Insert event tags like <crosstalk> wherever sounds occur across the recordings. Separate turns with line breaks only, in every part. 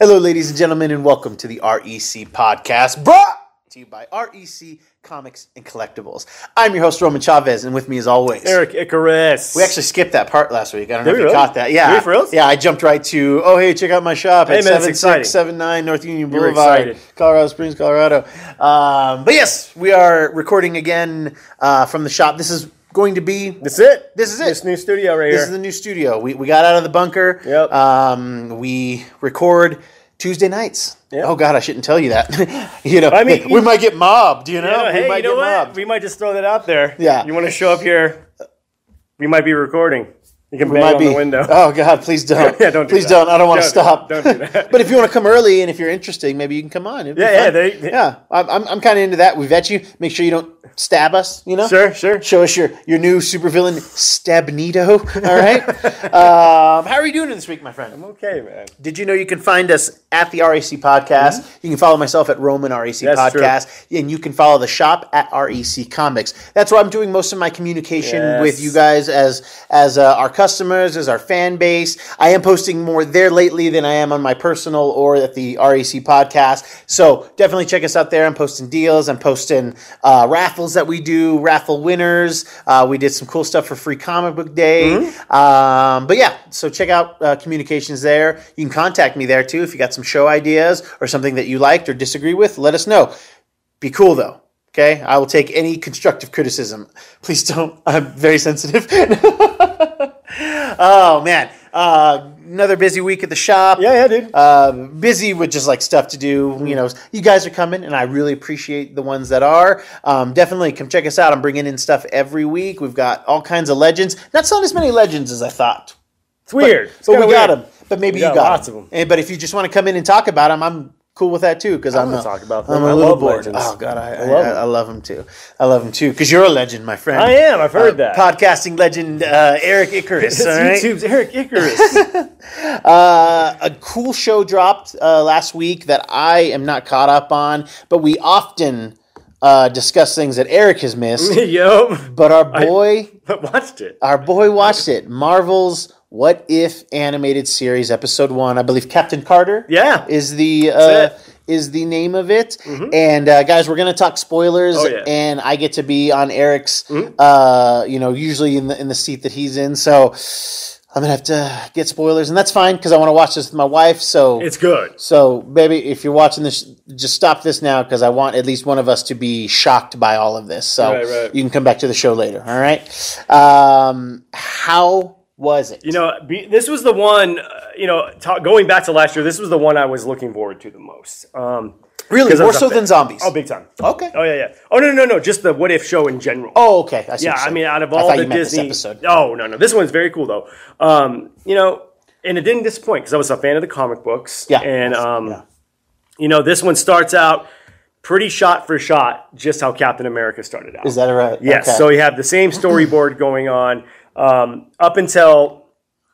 Hello, ladies and gentlemen, and welcome to the REC podcast brought to you by REC Comics and Collectibles. I'm your host, Roman Chavez, and with me, as always,
Eric Icarus.
We actually skipped that part last week. I don't know
Did
if
we
you
really?
caught that. Yeah.
Did we for reals?
Yeah, I jumped right to, oh, hey, check out my shop
Hey,
at
man, that's exciting.
7679 North Union
were
Boulevard,
excited.
Colorado Springs, Colorado. Um, but yes, we are recording again uh, from the shop. This is going to be.
That's it.
This is it.
This new studio right
This
here.
is the new studio. We, we got out of the bunker.
Yep.
Um, we record Tuesday nights.
Yep.
Oh God, I shouldn't tell you that. <laughs> you know,
I mean,
we
you-
might get mobbed. You know,
Yeah,
we
Oh, hey,
might
you know what? We might just throw that out there.
Yeah.
You want to show up here? We might be recording. You can bang
might
on
be. <laughs>
the window.
Oh God,
<laughs>
please don't.
Yeah, don't do
please
that.
don't. I don't want to
Don't-
stop.
don't do
<laughs>
that.
but if you want to come early and if you're interesting, maybe you can come on. It'd be
Yeah, yeah,
fun.
they- they-
yeah. I'm, I'm, I'm kind of into that. We vet you. Make sure you don't stab us. You know.
Sure, sure.
Show us your your new supervillain Stabnito. <laughs> All
<laughs>
right. um, how are you doing this week, my friend?
Okay, man.
Did you know you can find us at the REC Podcast? You can follow myself at Roman REC
Mm-hmm. That's true.
Podcast, and you can follow the shop at REC Comics. That's where I'm doing most of my communication
Yes.
with you guys as as uh, our customers, as our fan base. I am posting more there lately than I am on my personal or at the REC Podcast. So definitely check us out there. I'm posting deals. I'm posting uh, raffles that we do, raffle winners. Uh, we did some cool stuff for Free Comic Book Day. Um, but yeah, so check out uh, communications there. You can contact me there too if you got some show ideas or something that you liked or disagree with. Let us know. Be cool though. Okay, I will take any constructive criticism. Please don't. <laughs> I'm very sensitive. <laughs> oh man, uh, another busy week at the shop
Yeah, yeah, dude.
uh, busy with just like stuff to do. You know, you guys are coming, and I really appreciate the ones that are. Um, definitely come check us out. I'm bringing in stuff every week. We've got all kinds of legends. Not selling as many legends as I thought,
it's weird. It's
but we
kinda
got
weird.
them. But maybe
We
you
got
got 'em.
lots of 'em.
And, but if you just want to come in and talk about them, I'm cool with that too because I'm
wanna
a-
talk about
I'm
them.
a
I
little
love
bored.
legends.
Oh god, I, I,
love
I,
'em.
I love them too. I love them too because you're a legend, my friend.
I am. I've heard
Uh,
that.
Podcasting legend uh, Eric Icarus.
<laughs> It's
all right?
YouTube's Eric <laughs>
<laughs>
Icarus.
Uh, a cool show dropped uh, last week that I am not caught up on, but we often uh, discuss things that Eric has
Mm.
missed.
Yo.
But our boy,
But watched it.
our boy watched it. Marvel's What If animated series, episode one. I believe Captain Carter.
Yeah.
is the. Uh,
it. Mm-hmm.
is the name of it, and uh, guys, we're gonna talk spoilers,
Oh, yeah. Mm-hmm.
and I get to be on Eric's, uh, you know, usually in the in the seat that he's in, so I'm gonna have to get spoilers, and that's fine because I want to watch this with my wife. So
It's good.
so, baby, if you're watching this, just stop this now because I want at least one of us to be shocked by all of this. So
Right, right.
you can come back to the show later. All right. Um, how was it?
You know, be, this was the one, uh, you know, ta- going back to last year, this was the one I was looking forward to the most. Um,
really,
'cause I
more
was
so
up
than
there.
zombies.
Oh, big time.
okay.
Oh, yeah, yeah. Oh, no, no, no. Just the what if show in general.
Oh, okay. I see
Yeah,
what you're
I
saying.
mean, out of
I
all
thought
the
you meant
Disney,
this episode.
oh no, no, this one's very cool though. Um, you know, and it didn't disappoint because I was a fan of the comic books.
Yeah.
and um,
Yeah.
you know, this one starts out pretty shot for shot, just how Captain America started out.
Is that right?
Yes.
Okay.
So you have the same storyboard going on um, up until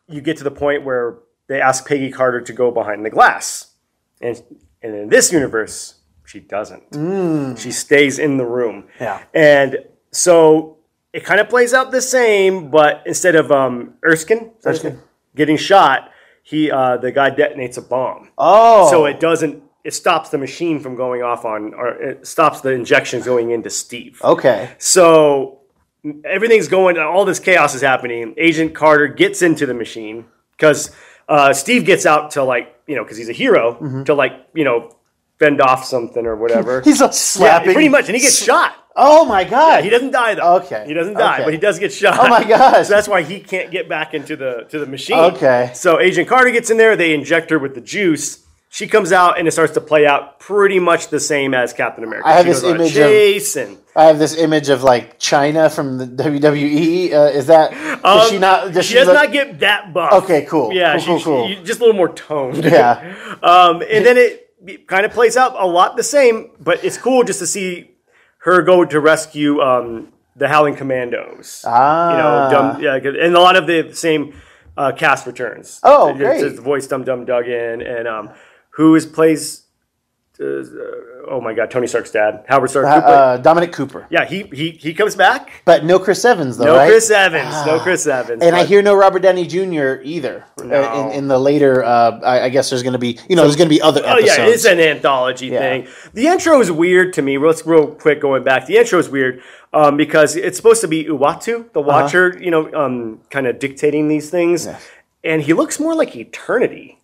you get to the point where they ask Peggy Carter to go behind the glass, and and in this universe, she doesn't. She stays in the room.
Mm. Yeah.
And so it kind of plays out the same, but instead of um, Erskine, is that his
Erskine.
name? getting shot, he uh, the guy detonates a bomb.
oh,
So it doesn't. It stops the machine from going off on, or it stops the injections going into
Oh,
Steve.
okay.
So everything's going, all this chaos is happening. Agent Carter gets into the machine because uh, Steve gets out to like, you know, because he's a hero to like, you know, fend off something or whatever.
Mm-hmm. He's like
Yeah,
slapping.
pretty much, and he gets shot.
Oh my god.
He doesn't die though.
Okay,
He doesn't die,
okay.
but he does get shot.
Oh my gosh.
<laughs> So that's why he can't get back into the to the machine.
Okay.
So Agent Carter gets in there. They inject her with the juice. She comes out, and it starts to play out pretty much the same as Captain America.
I have
She
this
goes on a
image of-
chase and
I have this image of like China from the WWE. Uh, is that? does
Um,
she not? Does she,
does
look-
not get that buff.
Okay, cool.
Yeah,
Cool,
she,
cool, cool.
she- just a little more toned.
Yeah.
<laughs> Um, and then it, kind of plays out a lot the same, but it's cool just to see her go to rescue um, the Howling Commandos.
Ah.
You know, dumb, yeah, 'cause- and a lot of the same uh, cast returns.
Oh,
It's- it's
great.
the voice Dum Dum Duggan and um, who is plays uh, oh my God, Tony Stark's dad, Howard Stark. Cooper.
Uh, Dominic Cooper.
yeah, he he he comes back.
But no Chris Evans, though,
No
right? Ah.
Chris Evans. No Chris Evans.
and I
but-
hear no Robert Downey Jr. either. Uh,
No.
In, in the later, uh, I, I guess there's going to be, you know, there's going to be other
Oh
episodes.
yeah, it's an anthology
Yeah.
thing. The intro is weird to me. Let's real quick going back. The intro is weird um, because it's supposed to be Uatu,
Uh-huh.
the Watcher, you know, um, kind of dictating these things, and he looks more like Eternity.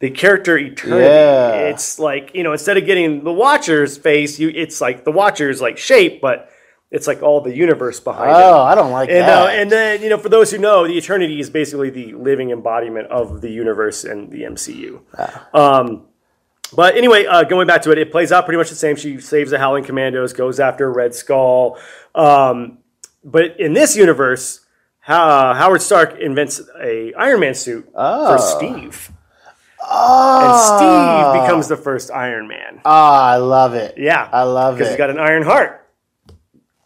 The character Eternity.
Yeah.
It's like you know, instead of getting the Watcher's face, you it's like the Watcher's like shape, but it's like all the universe behind it.
oh, I don't like
And,
that.
uh, and then, you know, for those who know, the Eternity is basically the living embodiment of the universe and the MCU.
Ah.
Um, but anyway, uh, going back to it, it plays out pretty much the same. She saves the Howling Commandos, goes after Red Skull. Um, but in this universe, Ho- Howard Stark invents a Iron Man suit
Ah.
for Steve. And
oh,
Steve becomes the first Iron Man.
Ah, I love it.
Yeah.
I love
Because
it.
he's got an iron heart.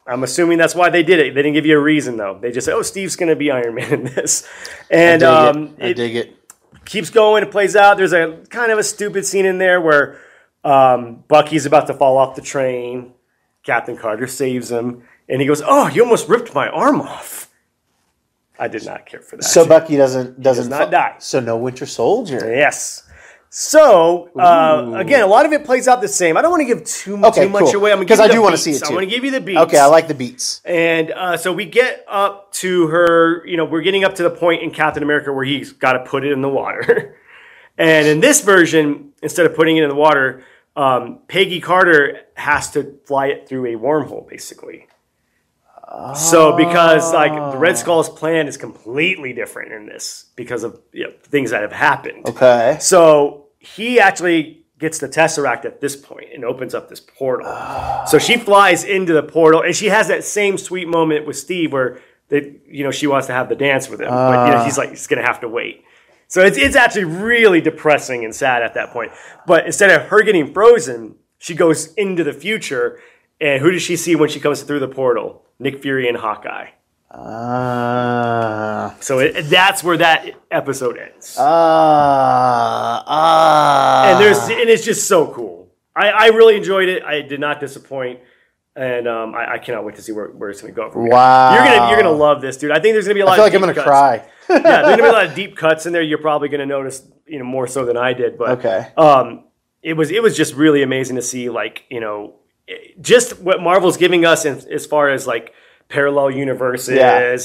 I'm assuming that's why they did it. They didn't give you a reason though. They just said, "Oh, Steve's going to be Iron Man in this," and
dig
um,
it. I
it
dig it.
keeps going. It plays out. There's a kind of a stupid scene in there where um, Bucky's about to fall off the train. Captain Carter saves him, and he goes, "Oh, you almost ripped my arm off." I did not care for that.
So Bucky doesn't doesn't
not
fu-
die.
So no Winter Soldier.
yes. So uh, again, a lot of it plays out the same. I don't want to give too,
Okay,
too much
cool.
away. I'm gonna
'Cause
give you
I
the
do wanna see
beats.
it,
I
too.
want to give you the beats.
Okay, I like the beats.
And uh, so we get up to her, you know, we're getting up to the point in Captain America where he's got to put it in the water. <laughs> and in this version, instead of putting it in the water, um, Peggy Carter has to fly it through a wormhole, basically. So because like the Red Skull's plan is completely different in this because of you know, things that have happened.
Okay.
So he actually gets the Tesseract at this point and opens up this portal. so she flies into the portal and she has that same sweet moment with Steve where that you know she wants to have the dance with him, but you know, he's like he's gonna have to wait. So it's it's actually really depressing and sad at that point. But instead of her getting frozen, she goes into the future, and who does she see when she comes through the portal? Nick Fury and Hawkeye.
Uh, Ah.
So it, that's where that episode ends.
uh, Ah. Ah.
and there's and it's just so cool. I, I really enjoyed it. I did not disappoint, and um, I, I cannot wait to see where, where it's going to go. From here.
Wow.
you're gonna you're gonna love this, dude. I think there's gonna be a lot.
I feel
of
like I'm
deep
gonna
cuts. <laughs>
cry.
yeah, there's gonna be a lot of deep cuts in there. You're probably gonna notice, you know, more so than I did. But
Okay.
um, it was it was just really amazing to see, like you know, it- just what Marvel's giving us in, as far as like parallel universes.
Yeah.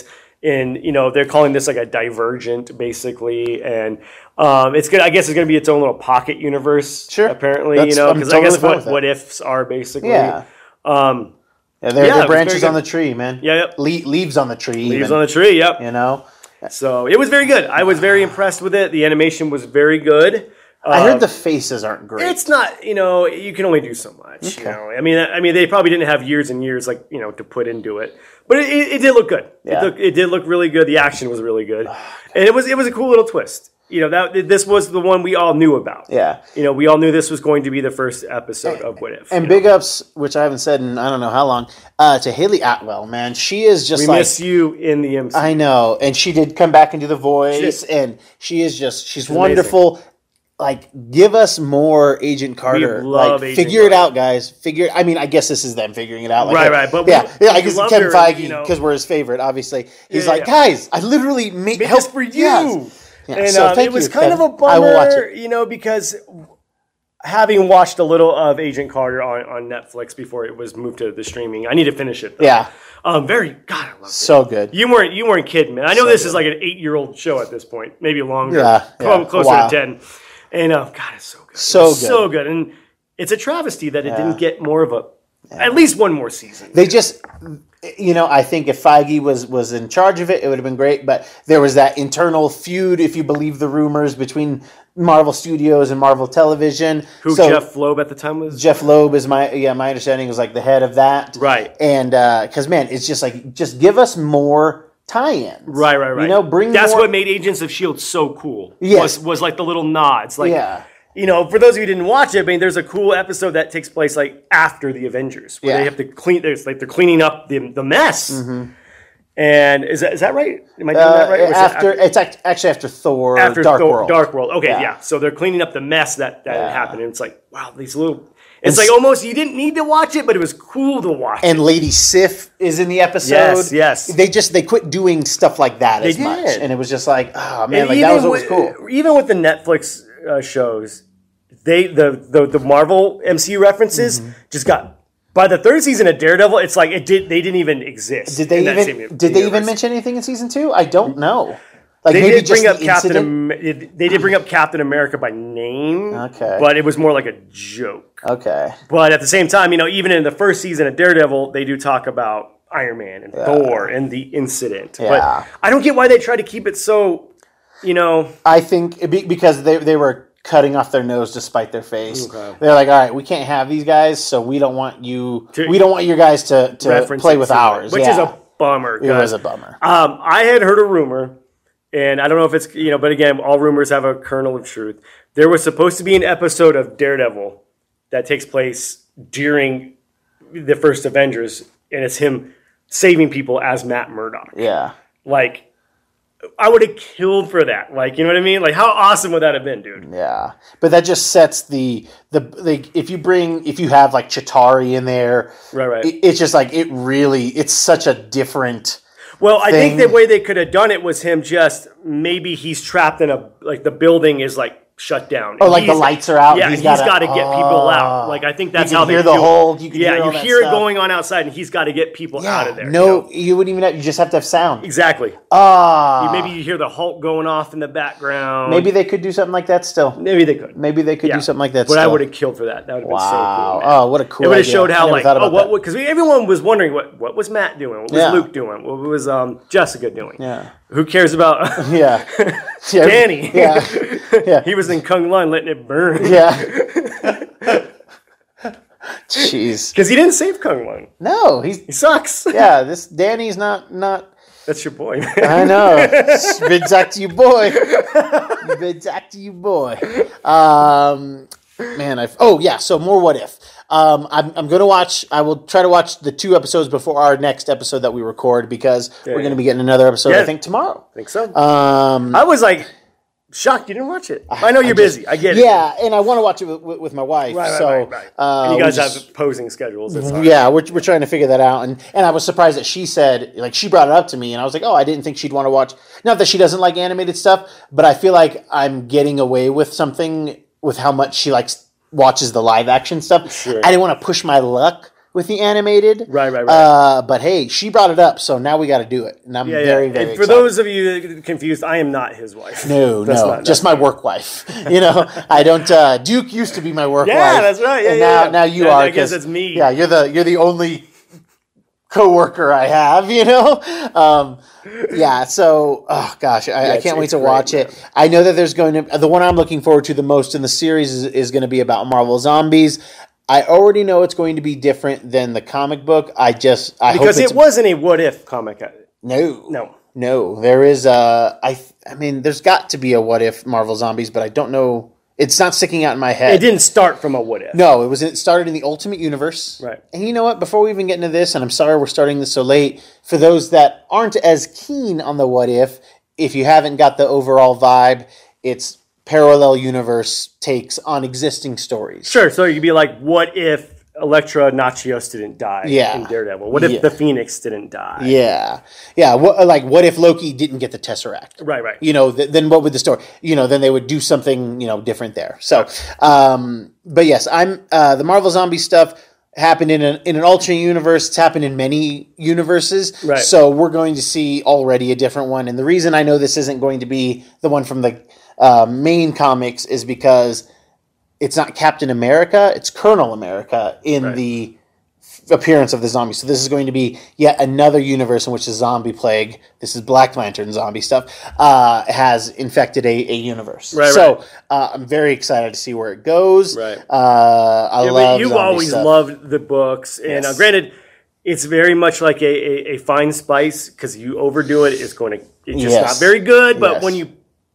And you know they're calling this like a divergent, basically, and um, it's gonna. I guess it's gonna be its own little pocket universe.
Sure.
Apparently,
That's-
you know,
I'm
because I
totally
guess
fine with
what
that.
what ifs are basically.
Yeah.
Um,
Yeah, they're,
Yeah, it
they're
was
branches
very
on
good.
the tree, man.
Yeah, yep.
Le- leaves on the tree.
Leaves
even,
on the tree. Yep.
You know.
So it was very good. I
<sighs>
was very impressed with it. The animation was very good.
I
Um,
heard the faces aren't great.
it's not you know you can only do so much. You know, I mean, I mean, they probably didn't have years and years like you know to put into it, but it, it, it did look good.
Yeah.
It, look, it did look really good. The action was really good, and it was it was a cool little twist. You know, that this was the one we all knew about.
yeah.
You know, we all knew this was going to be the first episode of What If.
And
you
big ups, which I haven't said in I don't know how long, uh, to Haley Atwell, man. She is just
know? we
like
miss you in the MC.
I know, and she did come back and do the voice,
She-
and she is just she's, wonderful. Like, give us more Agent Carter.
love
like,
Agent
figure it
Carter.
out, guys. Figure. I mean, I guess this is them figuring it out. Like,
Right,
hey,
right, but we-
yeah, yeah. I
we
guess it's
loved
Kevin
her,
Feige
you know.
because we're his favorite, obviously. He's
yeah,
like,
yeah.
guys, I literally made,
Made
help
this for you.
Yeah,
And
so
um,
thank
it was
you,
kind
Kevin.
of a bummer,
I will watch it.
you know, because having watched a little of Agent Carter on, on Netflix before it was moved to the streaming, I need to finish it. Though.
Yeah,
um, very God, I love it.
so good.
You weren't you weren't kidding, man. I know this is like an eight year old show at this point, maybe longer,
Yeah,
Prob-
yeah, a
closer
while.
to ten. And uh, God, it's so good,
So
It's so good, and it's a travesty that it didn't get more of a at least one more season.
They just, you know, I think if Feige was was in charge of it, it would have been great. But there was that internal feud, if you believe the rumors, between Marvel Studios and Marvel Television.
Who
so
Jeff Loeb at the time was
Jeff Loeb is my yeah. My understanding was like the head of that,
Right.
And because man, it's just like just give us more tie-ins,
Right, right, right.
You know, bring
that's
more-
what made Agents of Shield E so cool.
Yes.
was was like the little nods, like
Yeah.
you know, for those of you who didn't watch it, I mean, there's a cool episode that takes place like after the Avengers, where
Yeah. Mm-hmm.
they have to clean. There's like they're cleaning up the the mess. And is that, is that right? Am I doing
Uh,
that right? Or is it
after it's act- actually after Thor,
after
Dark
Thor-
World.
Dark World. Okay,
Yeah.
yeah. So they're cleaning up the mess that that
Yeah.
had happened, and it's like, wow, these little. It's like almost you didn't need to watch it, but it was cool to watch.
and Lady Sif is in the episode.
Yes, yes.
They just they quit doing stuff like that as much,
did.
and it was just like, oh man,
And
like that was
even
always cool.
with- Even with the Netflix uh, shows, they the, the the Marvel MCU references
Mm-hmm.
just got by the third season of Daredevil. It's like it did. They didn't even exist.
Did
in
they
that
even
same
did they even
universe. Mm-hmm.
mention anything in season two? I don't know. Like
They
maybe
did bring
just
up
the
Captain.
incident?
Am- it- they did bring up Captain America by name.
Okay.
but it was more like a joke.
Okay,
But at the same time, you know, even in the first season of Daredevil, they do talk about Iron Man and Thor and the incident.
Yeah.
But I don't get why they try to keep it so, you know,
I think be- because they they were cutting off their nose to spite their face. They're like, all right, we can't have these guys, so we don't want you.
To-
we don't want your guys to to
reference
play
it
with
so much,
ours,
which
yeah.
is a bummer.
it was
guys.
a bummer.
um, I had heard a rumor, and I don't know if it's you know, but again, all rumors have a kernel of truth. There was supposed to be an episode of Daredevil that takes place during the first Avengers, and it's him saving people as Matt Murdock.
Yeah.
Like, I would have killed for that. Like, you know what I mean? Like, how awesome would that have been, dude?
Yeah, but that just sets the the like if you bring if you have like Chitari in there,
Right, right.
It, it's just like it really it's such a different.
Well, I think
thing.
the way they could have done it was him just maybe he's trapped in a like the building is like shut down.
Oh, like the lights are out. Oh.
Yeah, he's got to get people out. Like I think that's
can
how they
hear the
do it.
whole- you can
yeah,
hear all
you
that
hear
stuff.
it going on outside, and he's got to get people out of there. you
No,
know?
you wouldn't even have. You just have to have sound.
exactly.
Ah,
maybe you hear the Hulk going off in the background.
maybe they could do something like that still.
maybe they could.
Maybe they could
Yeah.
do something like that.
But I
still.
would have killed for that. That would have
Wow.
been so cool. man.
oh, what a cool.
it would have
idea.
showed
I
how
never
like
thought
oh
about that.
what because everyone was wondering what what was Matt doing, what was
Yeah.
Luke doing, what was um, Jessica doing.
Yeah.
Who cares about <laughs>
Yeah. yeah.
Danny.
<laughs> Yeah. Yeah.
he was
<laughs>
in Kung Lun letting it burn.
Yeah.
<laughs>
Jeez.
Because he didn't save Kung Lun.
No, he's
He sucks.
yeah. This Danny's not not.
<laughs> That's your boy, man.
I know.
<laughs>
Big Zach to you, boy. Big Zach to you, boy. Um, man, I oh yeah. So more what if? Um, I'm I'm gonna watch. I will try to watch the two episodes before our next episode that we record because we're
yeah.
gonna be getting another episode. I
Yeah.
think tomorrow.
think so.
Um,
I was like shocked you didn't watch it. I know you're busy. I get it.
yeah, and I want to watch it with, with my wife.
Right, right,
so
right, right.
Uh,
and you guys
we just-
have opposing schedules. It's hard.
Yeah, we're, we're trying to figure that out, and and I was surprised that she said like she brought it up to me, and I was like, oh, I didn't think she'd want to watch. Not that she doesn't like animated stuff, but I feel like I'm getting away with something with how much she likes watches the live action stuff. I didn't want to push my luck with the animated,
Right, right, right.
Uh, but hey, she brought it up, so now we got to do it, and I'm
Yeah, yeah.
very, very.
and for
excited.
those of you confused, I am not his wife.
No,
That's
no,
not-
just my work wife. <laughs> You know, I don't. Uh, Duke used to be my work
Yeah,
wife.
that's right. Yeah,
and
yeah,
now,
yeah.
now you
Yeah,
are.
I guess
'cause-
it's me.
Yeah, you're the you're the only coworker I have. You know. <laughs> Um, yeah. So, oh gosh, I, I
it's-
can't wait
it's
to
great,
watch it. I know that there's going to the one I'm looking forward to the most in the series is, is going to be about Marvel zombies. I already know it's going to be different than the comic book. I just I
because
hope it's
it wasn't a what if comic.
no
No.
no, there is a. I th- I mean, there's got to be a what if Marvel Zombies, but I don't know. It's not sticking out in my
It
head.
didn't start from a what if.
no, it was. It started in the Ultimate Universe,
Right.
And you know what? Before we even get into this, and I'm sorry we're starting this so late. For those that aren't as keen on the what if, if you haven't got the overall vibe, it's parallel universe takes on existing stories.
Sure. So you'd be like, what if Elektra Nachios didn't die
Yeah.
in Daredevil? What if
Yeah.
the Phoenix didn't die?
Yeah, yeah. What like what if Loki didn't get the Tesseract?
Right, right.
you know, th- then what would the story, you know, then they would do something, you know, different there. So, um, but yes, I'm, uh, the Marvel zombie stuff happened in an, in an alternate universe. It's happened in many universes.
Right.
So we're going to see already a different one. And the reason I know this isn't going to be the one from the, uh, main comics is because it's not Captain America, it's Colonel America in the appearance of the zombie. So this is going to be yet another universe in which the zombie plague, this is Black Lantern zombie stuff, uh, has infected a, a universe.
Right,
so
right.
Uh, I'm very excited to see where it goes.
Right.
Uh, I
I mean,
love
you've
zombie
always
stuff.
loved the books, and uh,
Yes.
granted, it's very much like a, a, a fine spice because you overdo it, it's going to it's just
Yes.
not very good. But
Yes.
when you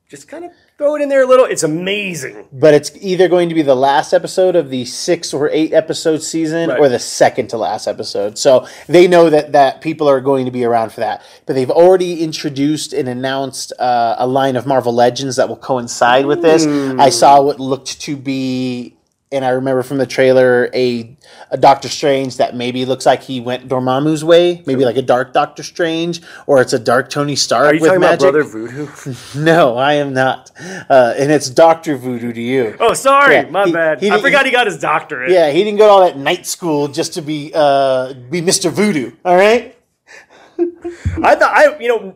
just kind of Throw it in there a little. It's amazing.
But it's either going to be the last episode of the six or eight episode season
Right.
or the second to last episode. So they know that, that people are going to be around for that. But they've already introduced and announced uh, a line of Marvel Legends that will coincide with this.
Mm.
I saw what looked to be, and I remember from the trailer, a, a Doctor Strange that maybe looks like he went Dormammu's way, maybe like a dark Doctor Strange, or it's a dark Tony Stark
Are you
with
talking
magic.
about Brother Voodoo?
<laughs> No, I am not. Uh, and it's Doctor Voodoo to you.
Oh, sorry,
Yeah,
my
he-
bad.
he
I
did-
forgot he got his doctorate.
Yeah, he didn't go to all that night school just to be uh, be Mr. Voodoo. All right.
I thought I, you know,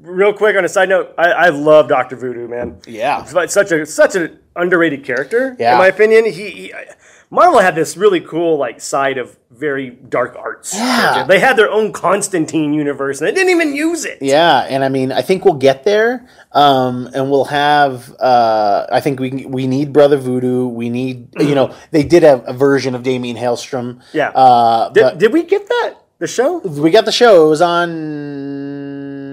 real quick on a side note, I, I love Doctor Voodoo, man.
Yeah.
But such a such an underrated character,
Yeah.
in my opinion. He, he Marvel had this really cool like side of very dark arts.
Yeah.
They had their own Constantine universe, and they didn't even use it.
Yeah, and I mean, I think we'll get there, um, and we'll have. Uh, I think we can- we need Brother Voodoo. We need, you know, they did a, a version of Damien Hailstrom.
Mm-hmm. Yeah.
Uh,
Did,
but
did we get that? The show?
we got the show. It was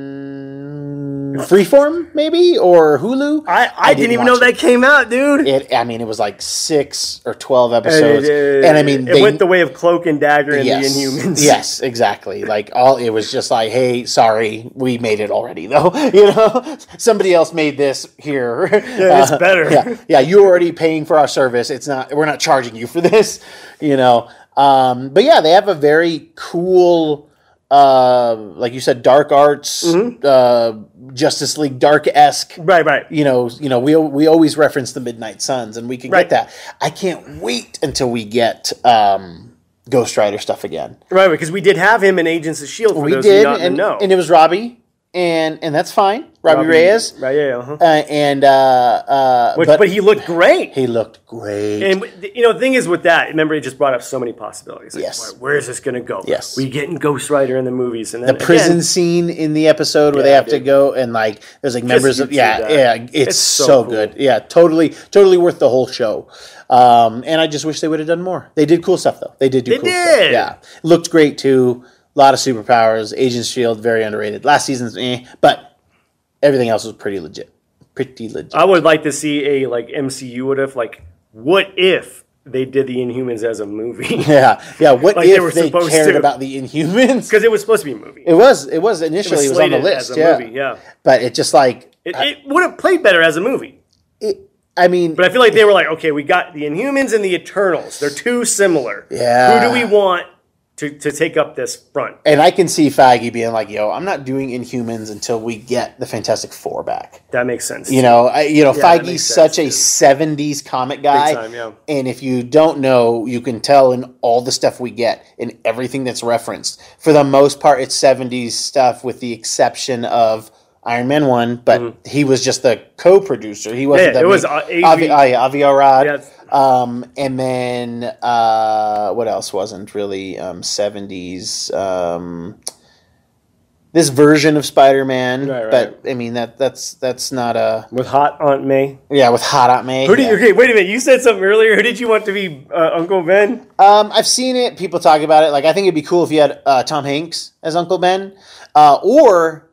on Freeform, maybe or Hulu.
I, I, didn't, even know
watch it.
that came out, dude.
it i mean it was like six or 12
And it-
episodes and, i mean
it
they,
went the way of Cloak and Dagger and
yes,
the
<laughs>
Inhumans.
yes exactly like all it was just like hey sorry we made it already though <laughs> you know somebody else made this here <laughs> yeah,
it's better.
yeah yeah you're already paying for our service it's not we're not charging you for this <laughs> you know um, but yeah they have a very cool uh, like you said dark arts uh, justice league dark-esque
<laughs> Mm-hmm. Right, right.
you know, you know, we we always reference the Midnight Suns, and we can get
Right.
that. I can't wait until we get um, Ghost Rider stuff again.
Right, because we did have him in Agents of Shield. E For
We
those
did,
who not
and,
know.
and it was Robbie, and and that's fine, Robbie, Reyes,
Right, yeah, uh-huh.
uh, and uh, uh,
Which- but,
but,
he looked great.
he looked great.
And you know, the thing is with that, remember, it just brought up so many possibilities. Like,
Yes.
where- where is this going to go?
Yes.
we getting Ghost Rider in the movies, and then again,
Prison scene in the episode where they
Yeah,
have to
dude.
go and like there's like members of
YouTube
yeah
that.
yeah it's,
It's
so,
so cool.
good yeah totally totally worth the whole show um, and I just wish they would have done more they did cool stuff though they did do cool stuff
did.
yeah looked great too a lot of superpowers Agent Shield E very underrated last season's eh, but everything else was pretty legit pretty legit
I would like to see a like MCU. What if like what if they did the Inhumans as
<laughs>
a
<laughs>
movie? <laughs>
yeah yeah what
Like they were
if they,
supposed
cared
to.
about the
<laughs>
Inhumans
Because it was supposed to be a movie.
it was it was initially it was, on the
slated as
list
a
yeah.
movie, yeah.
but it just like
It, it would have played better as a movie.
it, I mean
But I feel like they were like, okay, we got the Inhumans and the Eternals. They're too similar.
Yeah.
Who do we want to, to take up this front?
And I can see Faggy being like, "Yo, I'm not doing Inhumans until we get the Fantastic Four back."
That makes sense.
You know, I, you know,
that
Faggy's
makes
such a
sense,
'70s comic guy,
time, yeah.
and if you don't know, you can tell in all the stuff we get in everything that's referenced. For the most part, it's '70s stuff, with the exception of Iron Man One, but he was just the co-producer. He wasn't.
Mm-hmm. Yeah,
the
it was,
main-
uh, AV
Avi, oh, yeah, Avi Arad.
Yes.
Um, and then uh, what else wasn't really um, '70s? Um, this version of Spider-Man,
Right, right.
but I mean that that's that's not a
With hot Aunt May.
yeah with Hot Aunt May.
Who do
yeah.
you, okay, wait a minute. You said something earlier. Who did you want to be uh, Uncle Ben?
Um, I've seen it. People talk about it. Like I think it'd be cool if you had uh, Tom Hanks as Uncle Ben, uh, or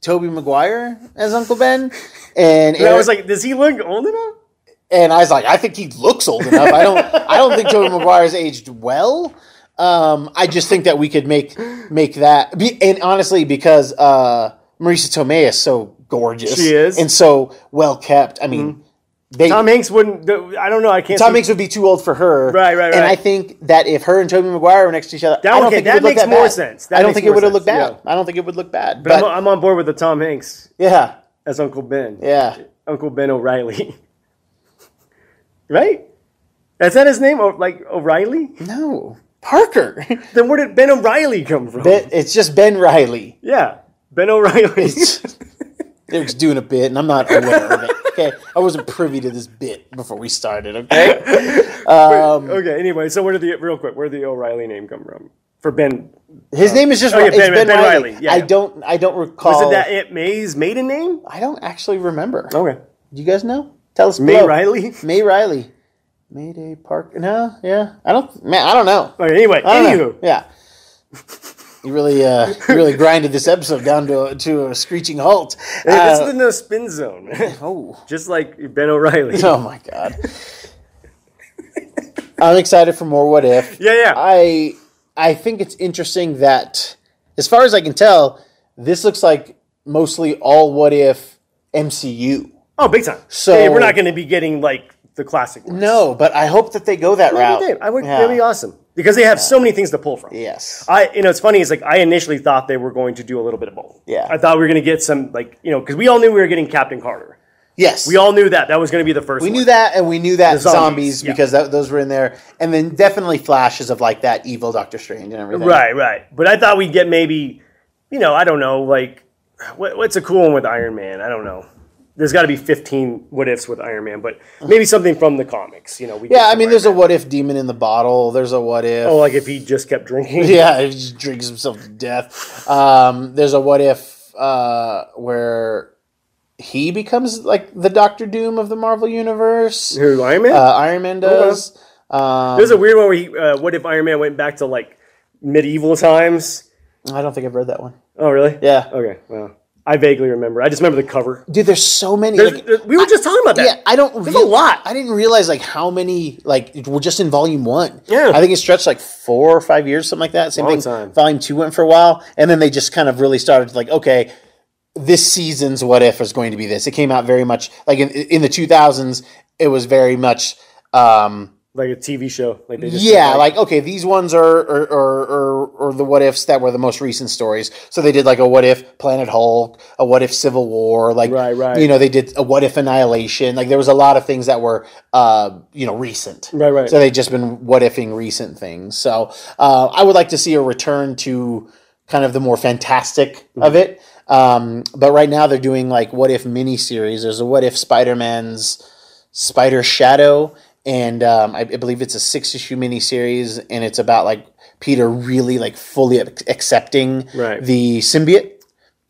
Toby Maguire as Uncle Ben. And,
And I
Eric-
was like, does he look old enough?
and I was like, I think he looks old enough. I don't. I don't think Toby Maguire's aged well. Um, I just think that we could make make that. Be, and honestly, because uh, Marisa Tomei is so gorgeous,
She is. Mm-hmm.
and so well kept. I mean, they
Tom Hanks wouldn't. I don't know. I can't.
Tom
see-
Hanks would be too old for her.
Right, right,
And
right.
I think that if her and Toby Maguire were next to each other, I don't
okay,
think it
that
would look
makes
that
more
bad.
sense.
I
That
don't
makes
think it
more
would have looked
sense,
bad. I don't think it would look bad.
But
But,
I'm, I'm on board with the Tom Hanks
yeah,
as Uncle Ben.
yeah.
Uncle Ben O'Reilly. <laughs> right? Is that his name? O- like O'Reilly?
No, Parker. <laughs>
Then where did Ben O'Reilly come from?
Ben- it's just Ben Riley. <laughs>
yeah, Ben O'Reilly. <laughs>
They're just doing a bit, and I'm not aware of it. Okay, I wasn't privy to this bit before we started. Okay,
<laughs> okay. Anyway, so where did the real quick? Where did the O'Reilly name come from for Ben?
his name is just
Oh, yeah,
it's
Ben-
ben,
Ben
Riley.
Reilly. Yeah,
I
yeah.
don't. I don't recall.
Is it that Aunt May's maiden name?
I don't actually remember. Do
Okay,
you guys know? Tell us.
May
below.
Riley. <laughs>
May Riley. Mayday Park. No, yeah. I don't. Man, I don't know.
Okay. Anyway,
I don't
anywho,
know. Yeah. You really, uh, you really grinded this episode down to, to a screeching halt.
Hey, this
Uh,
is the no spin zone, man.
<laughs> oh.
Just like Ben
<laughs>
O'Reilly.
Oh my god. I'm excited for more what if.
Yeah, yeah.
I I think it's interesting that as far as I can tell, this looks like mostly all what if MCU.
oh, big time.
So-
hey, we're not going to be getting like the classic ones.
No, but I hope that they go that
That'd
route.
be great. I would.
Yeah.
That'd be awesome because they have so many things to pull from.
Yes.
I, you know, it's funny. It's like I initially thought they were going to do a little bit of both.
Yeah.
I thought we were going to get some, like, you know, because we all knew we were getting Captain Carter.
Yes.
We all knew that that was going to be the first.
we
one.
knew that, and we knew that
zombies,
zombies,
yeah.
because that, those were in there, and then definitely flashes of like that evil Doctor Strange and everything.
Right, right. But I thought we'd get maybe, you know, I don't know, like, what, what's a cool one with Iron Man? I don't know. There's got to be 15 what ifs with Iron Man, but maybe something from the comics. You know, we
Yeah, I mean, there's a what if demon in the bottle. There's a what if.
oh, like if he just kept
<laughs>
drinking. <laughs>
Yeah, he just drinks himself to death. Um, there's a what if uh, where he becomes like the Doctor Doom of the Marvel Universe.
Who Iron Man?
Uh, Iron Man does. Um,
there's a weird one where he, uh, what if Iron Man went back to like medieval times?
I don't think I've read that one.
Oh, really?
Yeah,
Okay. Well, I vaguely remember. I just remember the cover.
dude, there's so many.
There's-
like-
there- we were just talking about that.
yeah, I don't.
There's a lot.
I didn't realize like how many like it- we're just in volume one.
Yeah.
I think it stretched like four or five years, something like that. Same
Long
thing.
time.
Volume two went for a while, and then they just kind of really started to like, okay, this season's what if is going to be this. It came out very much like in, in the two thousands. It was very much. Um,
like a TV show. Like they just
yeah, like, okay, these ones are are, are, are are the what ifs that were the most recent stories. So they did like a what if Planet Hulk, a what if Civil War, like
Right, right.
You know, they did a what if Annihilation. Like there was a lot of things that were uh, you know recent.
Right, right.
So they just been what ifing recent things. So uh, I would like to see a return to kind of the more fantastic
Mm-hmm.
of it. Um, but right now they're doing like what if miniseries. There's a what if Spider Man's. Spider Shadow, and um, I, I believe it's a six issue miniseries, and it's about like Peter really like fully ac- accepting
Right.
the symbiote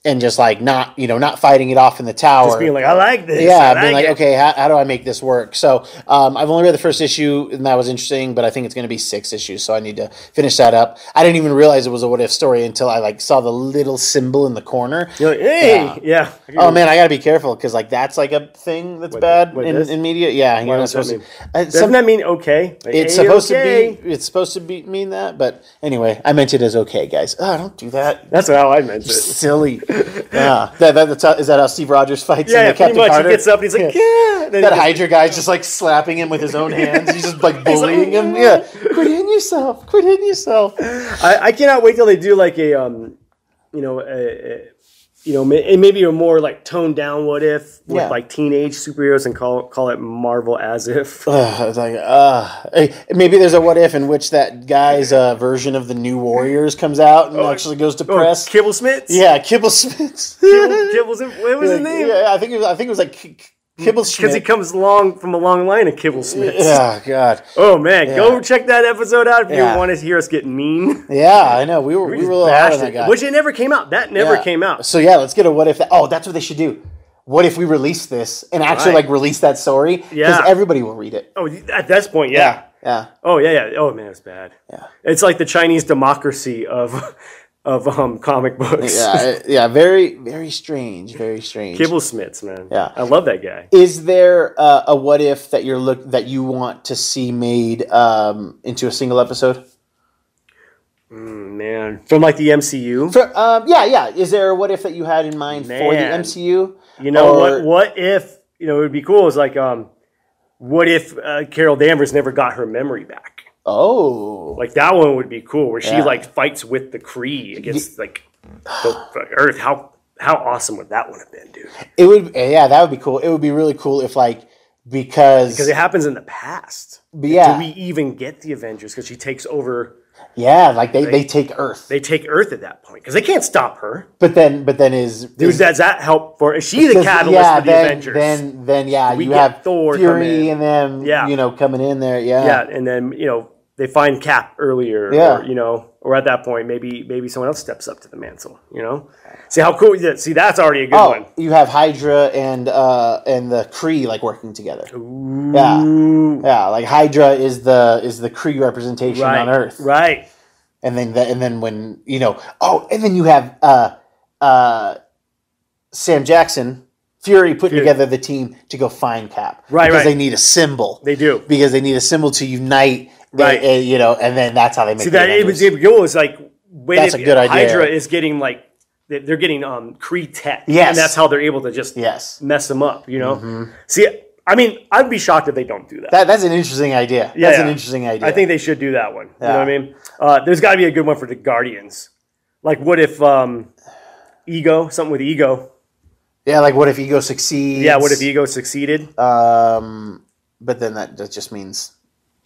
and just like not you know not fighting it off in the tower.
being like, I like this.
yeah,
I
I've been like,
it.
okay, how, how do I make this work? So um, I've only read the first issue, and that was interesting, but I think it's going to be six issues, so I need to finish that up. I didn't even realize it was a what if story until I like saw the little symbol in the corner.
You're like, hey,
Yeah.
yeah.
Oh man, I gotta be careful because like that's like a thing that's bad
what
in,
is?
in media. Yeah, you're not
does that
supposed to.
mean?
Uh,
Doesn't
some-
that mean okay? Like,
it's
hey,
supposed
okay.
to be. It's supposed to be mean that, but anyway, I meant it as okay, guys. Oh, don't do that.
<laughs> That's how I meant it.
Silly. yeah, that, that, that's how, is that how Steve Rogers fights? in
<laughs> Yeah,
the
yeah pretty
Captain
much.
Carter?
He gets up and he's like, yeah. Then
<laughs>
he
That
just-
Hydra guy's just like slapping him with his own hands. He's just
<laughs>
like bullying him. Yeah, quit hitting yourself. Quit hitting yourself. <sighs>
I, I cannot wait till they do like a, um, you know, a, a, you know, may- and maybe a more like toned down what if with
Yeah.
like teenage superheroes and call call it Marvel as if. <laughs>
Ugh, it's like, uh, maybe there's a what if in which that guy's uh, version of the New Warriors comes out and actually goes to press.
Oh, Kibble Smith. <laughs>
yeah, Kibble Smith. <laughs>
Kibble's. What was his
Like,
name?
Yeah, I think it was, I think it was like K- K- Kibble
Because he
Schmidt.
comes long from a long line of Kibble Smiths.
Yeah, God.
Oh man, go check that episode out if
Yeah.
you want to hear us get mean.
Yeah, I know. We were we, were a little hard on
Bashed
that
it,
guy.
Which it never came out. That never
Yeah.
came out.
So yeah, let's get a what if. That, oh, that's what they should do. What if we release this and actually
Right.
like release that story? Because
Yeah.
everybody will read it.
Oh, at this point, yeah.
Yeah.
Oh yeah, yeah. Oh man, it's bad.
Yeah.
It's like the Chinese democracy of <laughs> of um, comic books.
Yeah. I- yeah. Very very strange. Very strange.
<laughs> Kibble Smiths, man.
Yeah.
I love that guy.
Is there uh, a what if that you're look that you want to see made um, into a single episode?
Mm, Man, from like the MCU.
For, um, yeah, yeah. Is there a what if that you had in mind for the
Man.
MCU?
You know
Or-
what? What if you know? It would be cool. Is like um, what if uh, Carol Danvers never got her memory back?
Oh,
Like that one would be cool, where she
Yeah.
like fights with the Kree against like the the Earth. How how awesome would that one have been, dude?
it would. eh, Yeah, that would be cool. It would be really cool if like because,
Because it happens in the past.
yeah,
Do we even get the Avengers? Because she takes over.
yeah, like they, they take Earth,
They take Earth at that point because they can't stop her.
but then but then is
Dude,
is-
does that help for? Is she the
because-
catalyst
yeah,
for the
then,
Avengers?
Then then yeah, you
get
have
Thor come
Fury
in.
and them
Yeah.
you know coming in there.
yeah,
Yeah,
and then you know they find Cap earlier.
uh, Yeah.
or, you know, or at that point maybe maybe someone else steps up to the mantle. You know, see how cool. yeah, See, that's already a good
Oh,
one.
you have Hydra and uh and the Kree like working together. Yeah,
Ooh,
yeah, like Hydra is the is the Kree representation
right,
on Earth.
right.
and then that, and then when you know, oh, and then you have uh, uh, Sam Jackson Fury putting
Fury.
together the team to go find Cap,
Right,
Because
right.
they need a symbol.
They do.
because they need a symbol to unite,
Right.
uh, uh, you know, and then that's how they make.
See
the
that it
Avengers.
was it was like when
That's
it-
a good idea.
Hydra is getting like they- they're getting um Cree tech.
Yes.
And that's how they're able to just
yes.
mess them up, you know? See I mean, I'd be shocked if they don't do that.
That, that's an interesting idea.
Yeah,
that's an
yeah.
interesting idea.
I think they should do that one.
Yeah.
You know what I mean? Uh, there's got to be a good one for the Guardians. Like, what if um, ego? Something with ego.
Yeah, like what if ego succeeds?
Yeah, what if ego succeeded?
Um, but then that, that just means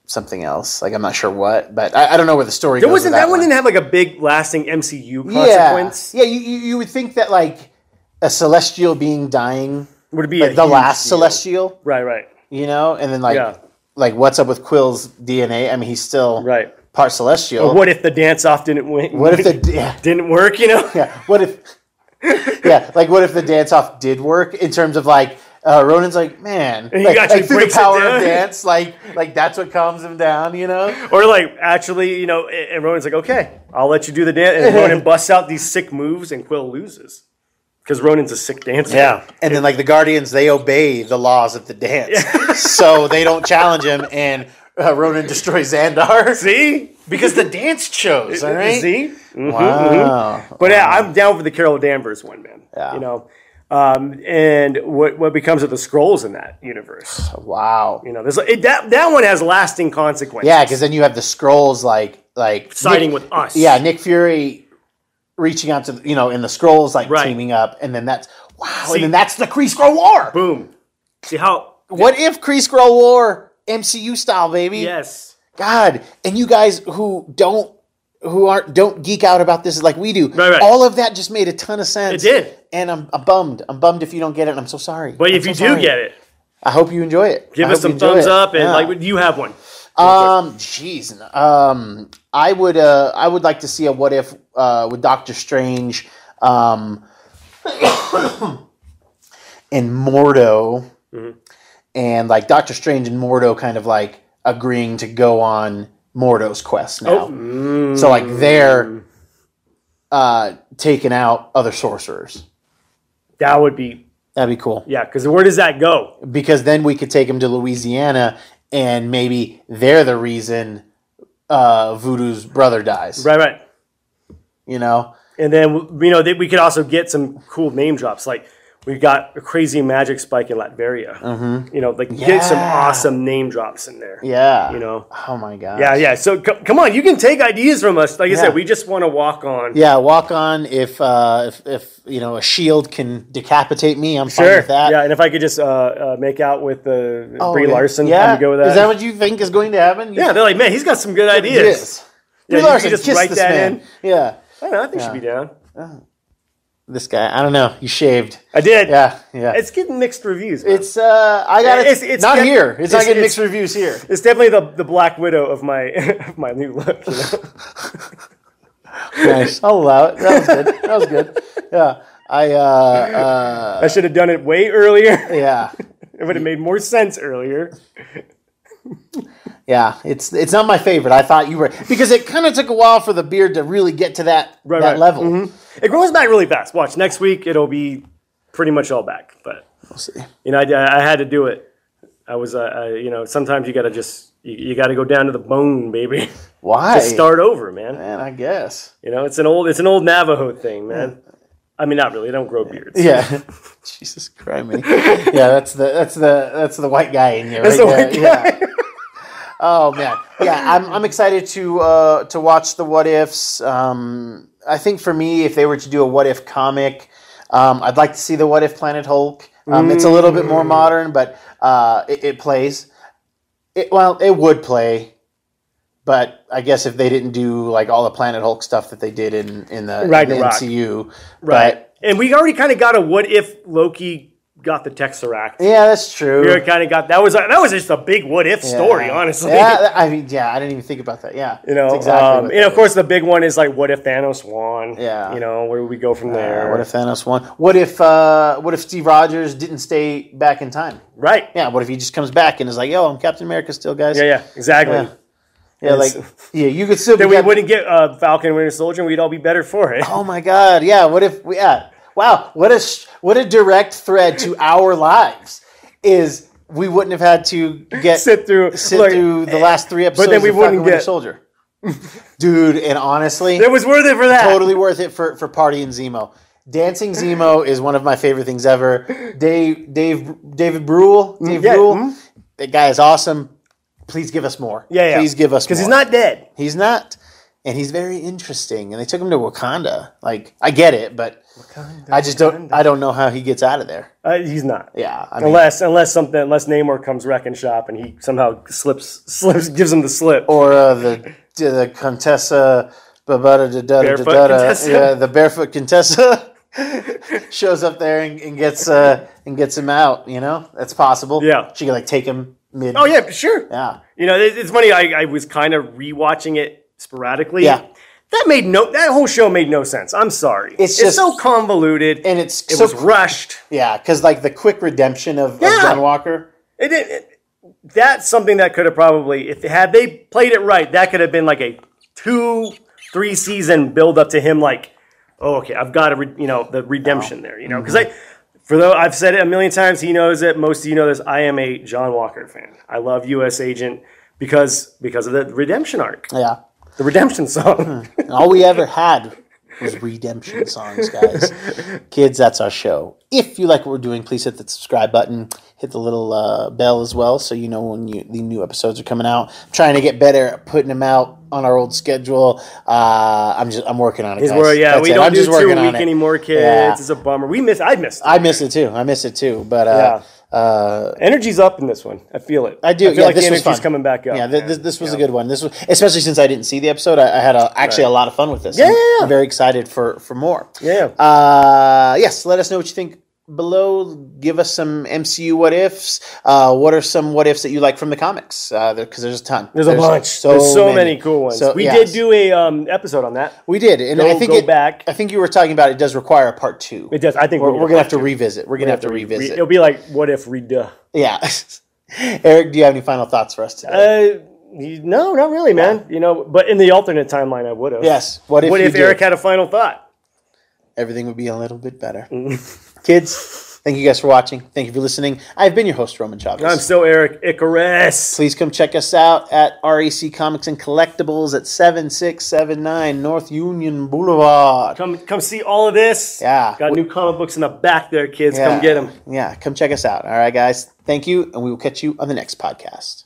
something else. Like I'm not sure what, but I, I don't know where the story.
there
goes
wasn't
with
that, one didn't have like a big lasting MCU consequence.
Yeah, yeah. You, you you would think that like a celestial being dying,
Would it be a
like the
huge
last
deal?
celestial,
Right, right,
you know, and then like
Yeah.
like what's up with Quill's DNA? I mean, he's still
right.
part celestial.
But what if the dance off didn't win?
What if
<laughs>
the yeah,
didn't work? You know?
yeah what
<laughs>
if yeah like what if the dance off did work in terms of like uh, Ronan's like man
he
like,
actually
like through the
breaks it
power
down.
of dance like like that's what calms him down you know
Or like, actually, you know, and and Ronan's like, okay, I'll let you do the dance,
<laughs>
and Ronan busts out these sick moves, and Quill loses because Ronan's a sick dancer.
And then like the Guardians, they obey the laws of the dance, <laughs> so they don't challenge him. And uh, Ronan destroys Xandar
<laughs> See,
because the dance chose. All right.
See? Mhm,
Wow.
mhm. But yeah, I'm down for the Carol Danvers one, man.
Yeah.
You know, um, and what what becomes of the scrolls in that universe?
Wow.
You know, there's it, that that one has lasting consequences.
Yeah, because then you have the scrolls like like
siding
Nick-
with us.
Yeah, Nick Fury reaching out to the- you know, and the scrolls like
Right.
teaming up, and then that's wow,
See-
and then that's the Kree Scroll War.
Boom. See how?
What if Kree Scroll War MCU style, baby?
Yes.
God, and you guys who don't who aren't don't geek out about this like we do.
Right, right.
All of that just made a ton of sense.
It did.
And I'm, I'm bummed. I'm bummed if you don't get it. and I'm so sorry.
But if you do get it,
I hope you enjoy it.
give
I
us
hope you
some
enjoy
thumbs
it.
up and
Yeah.
like you have one.
um jeez. Um I would uh I would like to see a what if uh with Doctor Strange um <coughs> and Mordo and like Doctor Strange and Mordo kind of like agreeing to go on Mordo's quest now. So like they're uh, taking out other sorcerers.
That would be
That'd be cool
yeah. Because where does that go?
because then we could take them to Louisiana and maybe they're the reason uh, Voodoo's brother dies.
Right. Right.
You know,
And then you know they, we could also get some cool name drops. Like we've got a crazy magic spike in Latveria. You know, like get some
Yeah.
awesome name drops in there.
Mm-hmm. yeah.
You know.
Oh my god.
Yeah, yeah. So c- come on, you can take ideas from us. Like I
Yeah.
said, we just want to walk on.
Yeah, walk on. If uh, if if you know a shield can decapitate me, I'm fine
Sure.
with that.
Yeah, and if I could just uh, uh, make out with the
Oh,
Brie
yeah.
Larson,
yeah.
I would go with that.
Is that what you think is going to happen? You
yeah, they're like, man, he's got some good ideas.
Yes.
Yeah,
Brie
you could
Larson,
just
kiss
write
this
that
man.
in.
Yeah.
I don't know. I think she'd be down.
This guy, I don't know. You shaved.
I did.
Yeah, yeah. It's
It's getting mixed reviews. man. It's
it's uh, I got it.
It's- it's
not
def-
here. It's, not
it's-
getting
it's-
mixed reviews here.
it's definitely the, the Black Widow of my <laughs> of my new look. You know?
<laughs> nice. I'll allow it. That was good. That was good. Yeah. I uh, uh
I should have done it way earlier.
yeah.
It would have made more sense earlier.
Yeah, it's it's not my favorite. I thought you were because it kind of took a while for the beard to really get to that
Right,
that
right. Mm-hmm.
level.
It grows back really fast. Watch next week; it'll be pretty much all back. But
We'll see.
you know, I, I had to do it. I was, uh, I, you know, sometimes you gotta just you, you gotta go down to the bone, baby. <laughs>
Why?
Start over, man.
Man, I guess.
You know, it's an old it's an old Navajo thing, man. I mean, not really. They don't grow beards. <laughs>
Yeah. Jesus Christ. man. Yeah, that's the that's the that's the white guy in you. right
That's the white
there. Yeah.
<laughs>
Oh man. Yeah, I'm I'm excited to uh to watch the what ifs. Um I think for me if they were to do a what if comic, um I'd like to see the what if Planet Hulk. Um it's a little bit more modern, but uh it, it plays. It well, it would play. But I guess if they didn't do like all the Planet Hulk stuff that they did in in the, in the
Ragnarok.
MCU,
right.
but
And we already kind of got a what if Loki got the Tesseract.
Yeah, that's true.
We kind of got that was that was just a big what if story, honestly.
Yeah, that- I mean, yeah, I didn't even think about that. Yeah,
You know,
That's exactly.
um,
what
and
that
of course the big one is like, what if Thanos won?
Yeah.
you know, where do we go from
is.
there?
Uh, what if Thanos won? What if uh, what if Steve Rogers didn't stay back in time?
right?
Yeah, what if he just comes back and is like, "Yo, I'm Captain America still, guys."
Yeah, yeah, exactly.
Yeah. Yeah, like <laughs> yeah, you could still
then
be
we
kept-
wouldn't get uh, Falcon Winter Soldier, and we'd all be better
<laughs>
for it. <laughs>
Oh my god, yeah. What if we yeah. Wow, what a sh- what a direct thread
<laughs>
to our lives is we wouldn't have had to get sit,
sit through, like,
through the last three episodes
then we
of Falcon
wouldn't
Winter
get-
Soldier. Dude, and honestly,
It was worth it for that.
totally worth it for for partying Zemo.
<laughs>
Dancing Zemo is one of my favorite things ever. Dave Dave David Brule, Dave
yeah,
Brule,
mhm.
that guy is awesome. Please give us more.
Yeah, yeah.
Please give us
because
more.
he's not dead.
He's not, and he's very interesting. And they took him to Wakanda. Like I get it, but I just don't. I don't know how he gets out of there.
Uh, he's not.
Yeah, I mean,
Unless, unless something, unless Namor comes wrecking shop and he somehow slips, <laughs> slips, gives him the slip.
or uh, the the Contessa. Babada da da da
Barefoot
da da.
Contessa.
Yeah, the barefoot Contessa <laughs> shows up there and, and gets uh, and gets him out. You know, that's possible.
Yeah.
she could like take him mid.
Oh yeah, sure.
yeah,
You know, it- it's funny. I, I was kind of rewatching it sporadically.
Yeah.
That made no. That whole show made no sense. I'm sorry.
It's just-
so convoluted.
and it's
it
so
was rushed.
yeah, because like the quick redemption of,
Yeah.
of John Walker.
It, didn't- it, that's something that could have probably, if had they played it right, that could have been like a two, three season build up to him. Like, oh, okay, I've got to, re- you know, the redemption there. You know,
Mm-hmm.
because I. For though I've said it a million times, he knows it. Most of you know this. I am a John Walker fan. I love U.S. Agent because because of the redemption arc,
Yeah,
the
<laughs>
redemption song.
And all we
<laughs>
ever had was redemption songs, guys. Kids, that's our show. If you like what we're doing, please hit the subscribe button. Hit the little uh, bell as well, so you know when you, the new episodes are coming out. I'm trying to get better at putting them out on our old schedule. Uh, I'm just I'm working on it. Guys.
Where, yeah,
That's
we
it.
don't
I'm
do
just
two a
working
week
on it.
anymore, kids.
Yeah.
It's a bummer. We miss. I missed. it.
I miss it too. I miss it too. But uh, uh,
Energy's up in this one. I feel it.
I do.
I feel
yeah,
like
this
the
was
energy's
fun.
coming back up.
Yeah, th-
man.
this, this was a good one. This was especially since I didn't see the episode. I, I had a, actually a lot of fun with this.
yeah, yeah.
I'm very excited for for more.
Yeah.
Uh, yes. Let us know what you think below. Give us some MCU what ifs. Uh, what are some what ifs that you like from the comics? Because there's a ton.
There's a bunch.
So
There's so many, cool ones.
So,
we
yes.
did do a um, episode on that.
We did, and I think
go
it,
back.
I think you were talking about it does require a part two.
It does. I think
We're,
we
we're gonna have to revisit. We're gonna have to revisit.
It'll be like what if we do?
yeah. <laughs> Eric, do you have any final thoughts for us today?
Uh, you- no, not really, man. You know, but in the alternate timeline, I would have.
yes. What if
What
you
if
did?
Eric had a final thought?
everything would be a little bit
<laughs>
better.
Mm.
Kids, thank you guys for watching. Thank you for listening. I've been your host, Roman Chavez.
I'm so Eric Icarus.
Please come check us out at REC Comics and Collectibles at 7679 North Union Boulevard.
Come, come see all of this.
Yeah.
Got new comic books in the back there, kids.
Yeah.
Come get them.
Yeah, come check us out. All right, guys. Thank you, and we will catch you on the next podcast.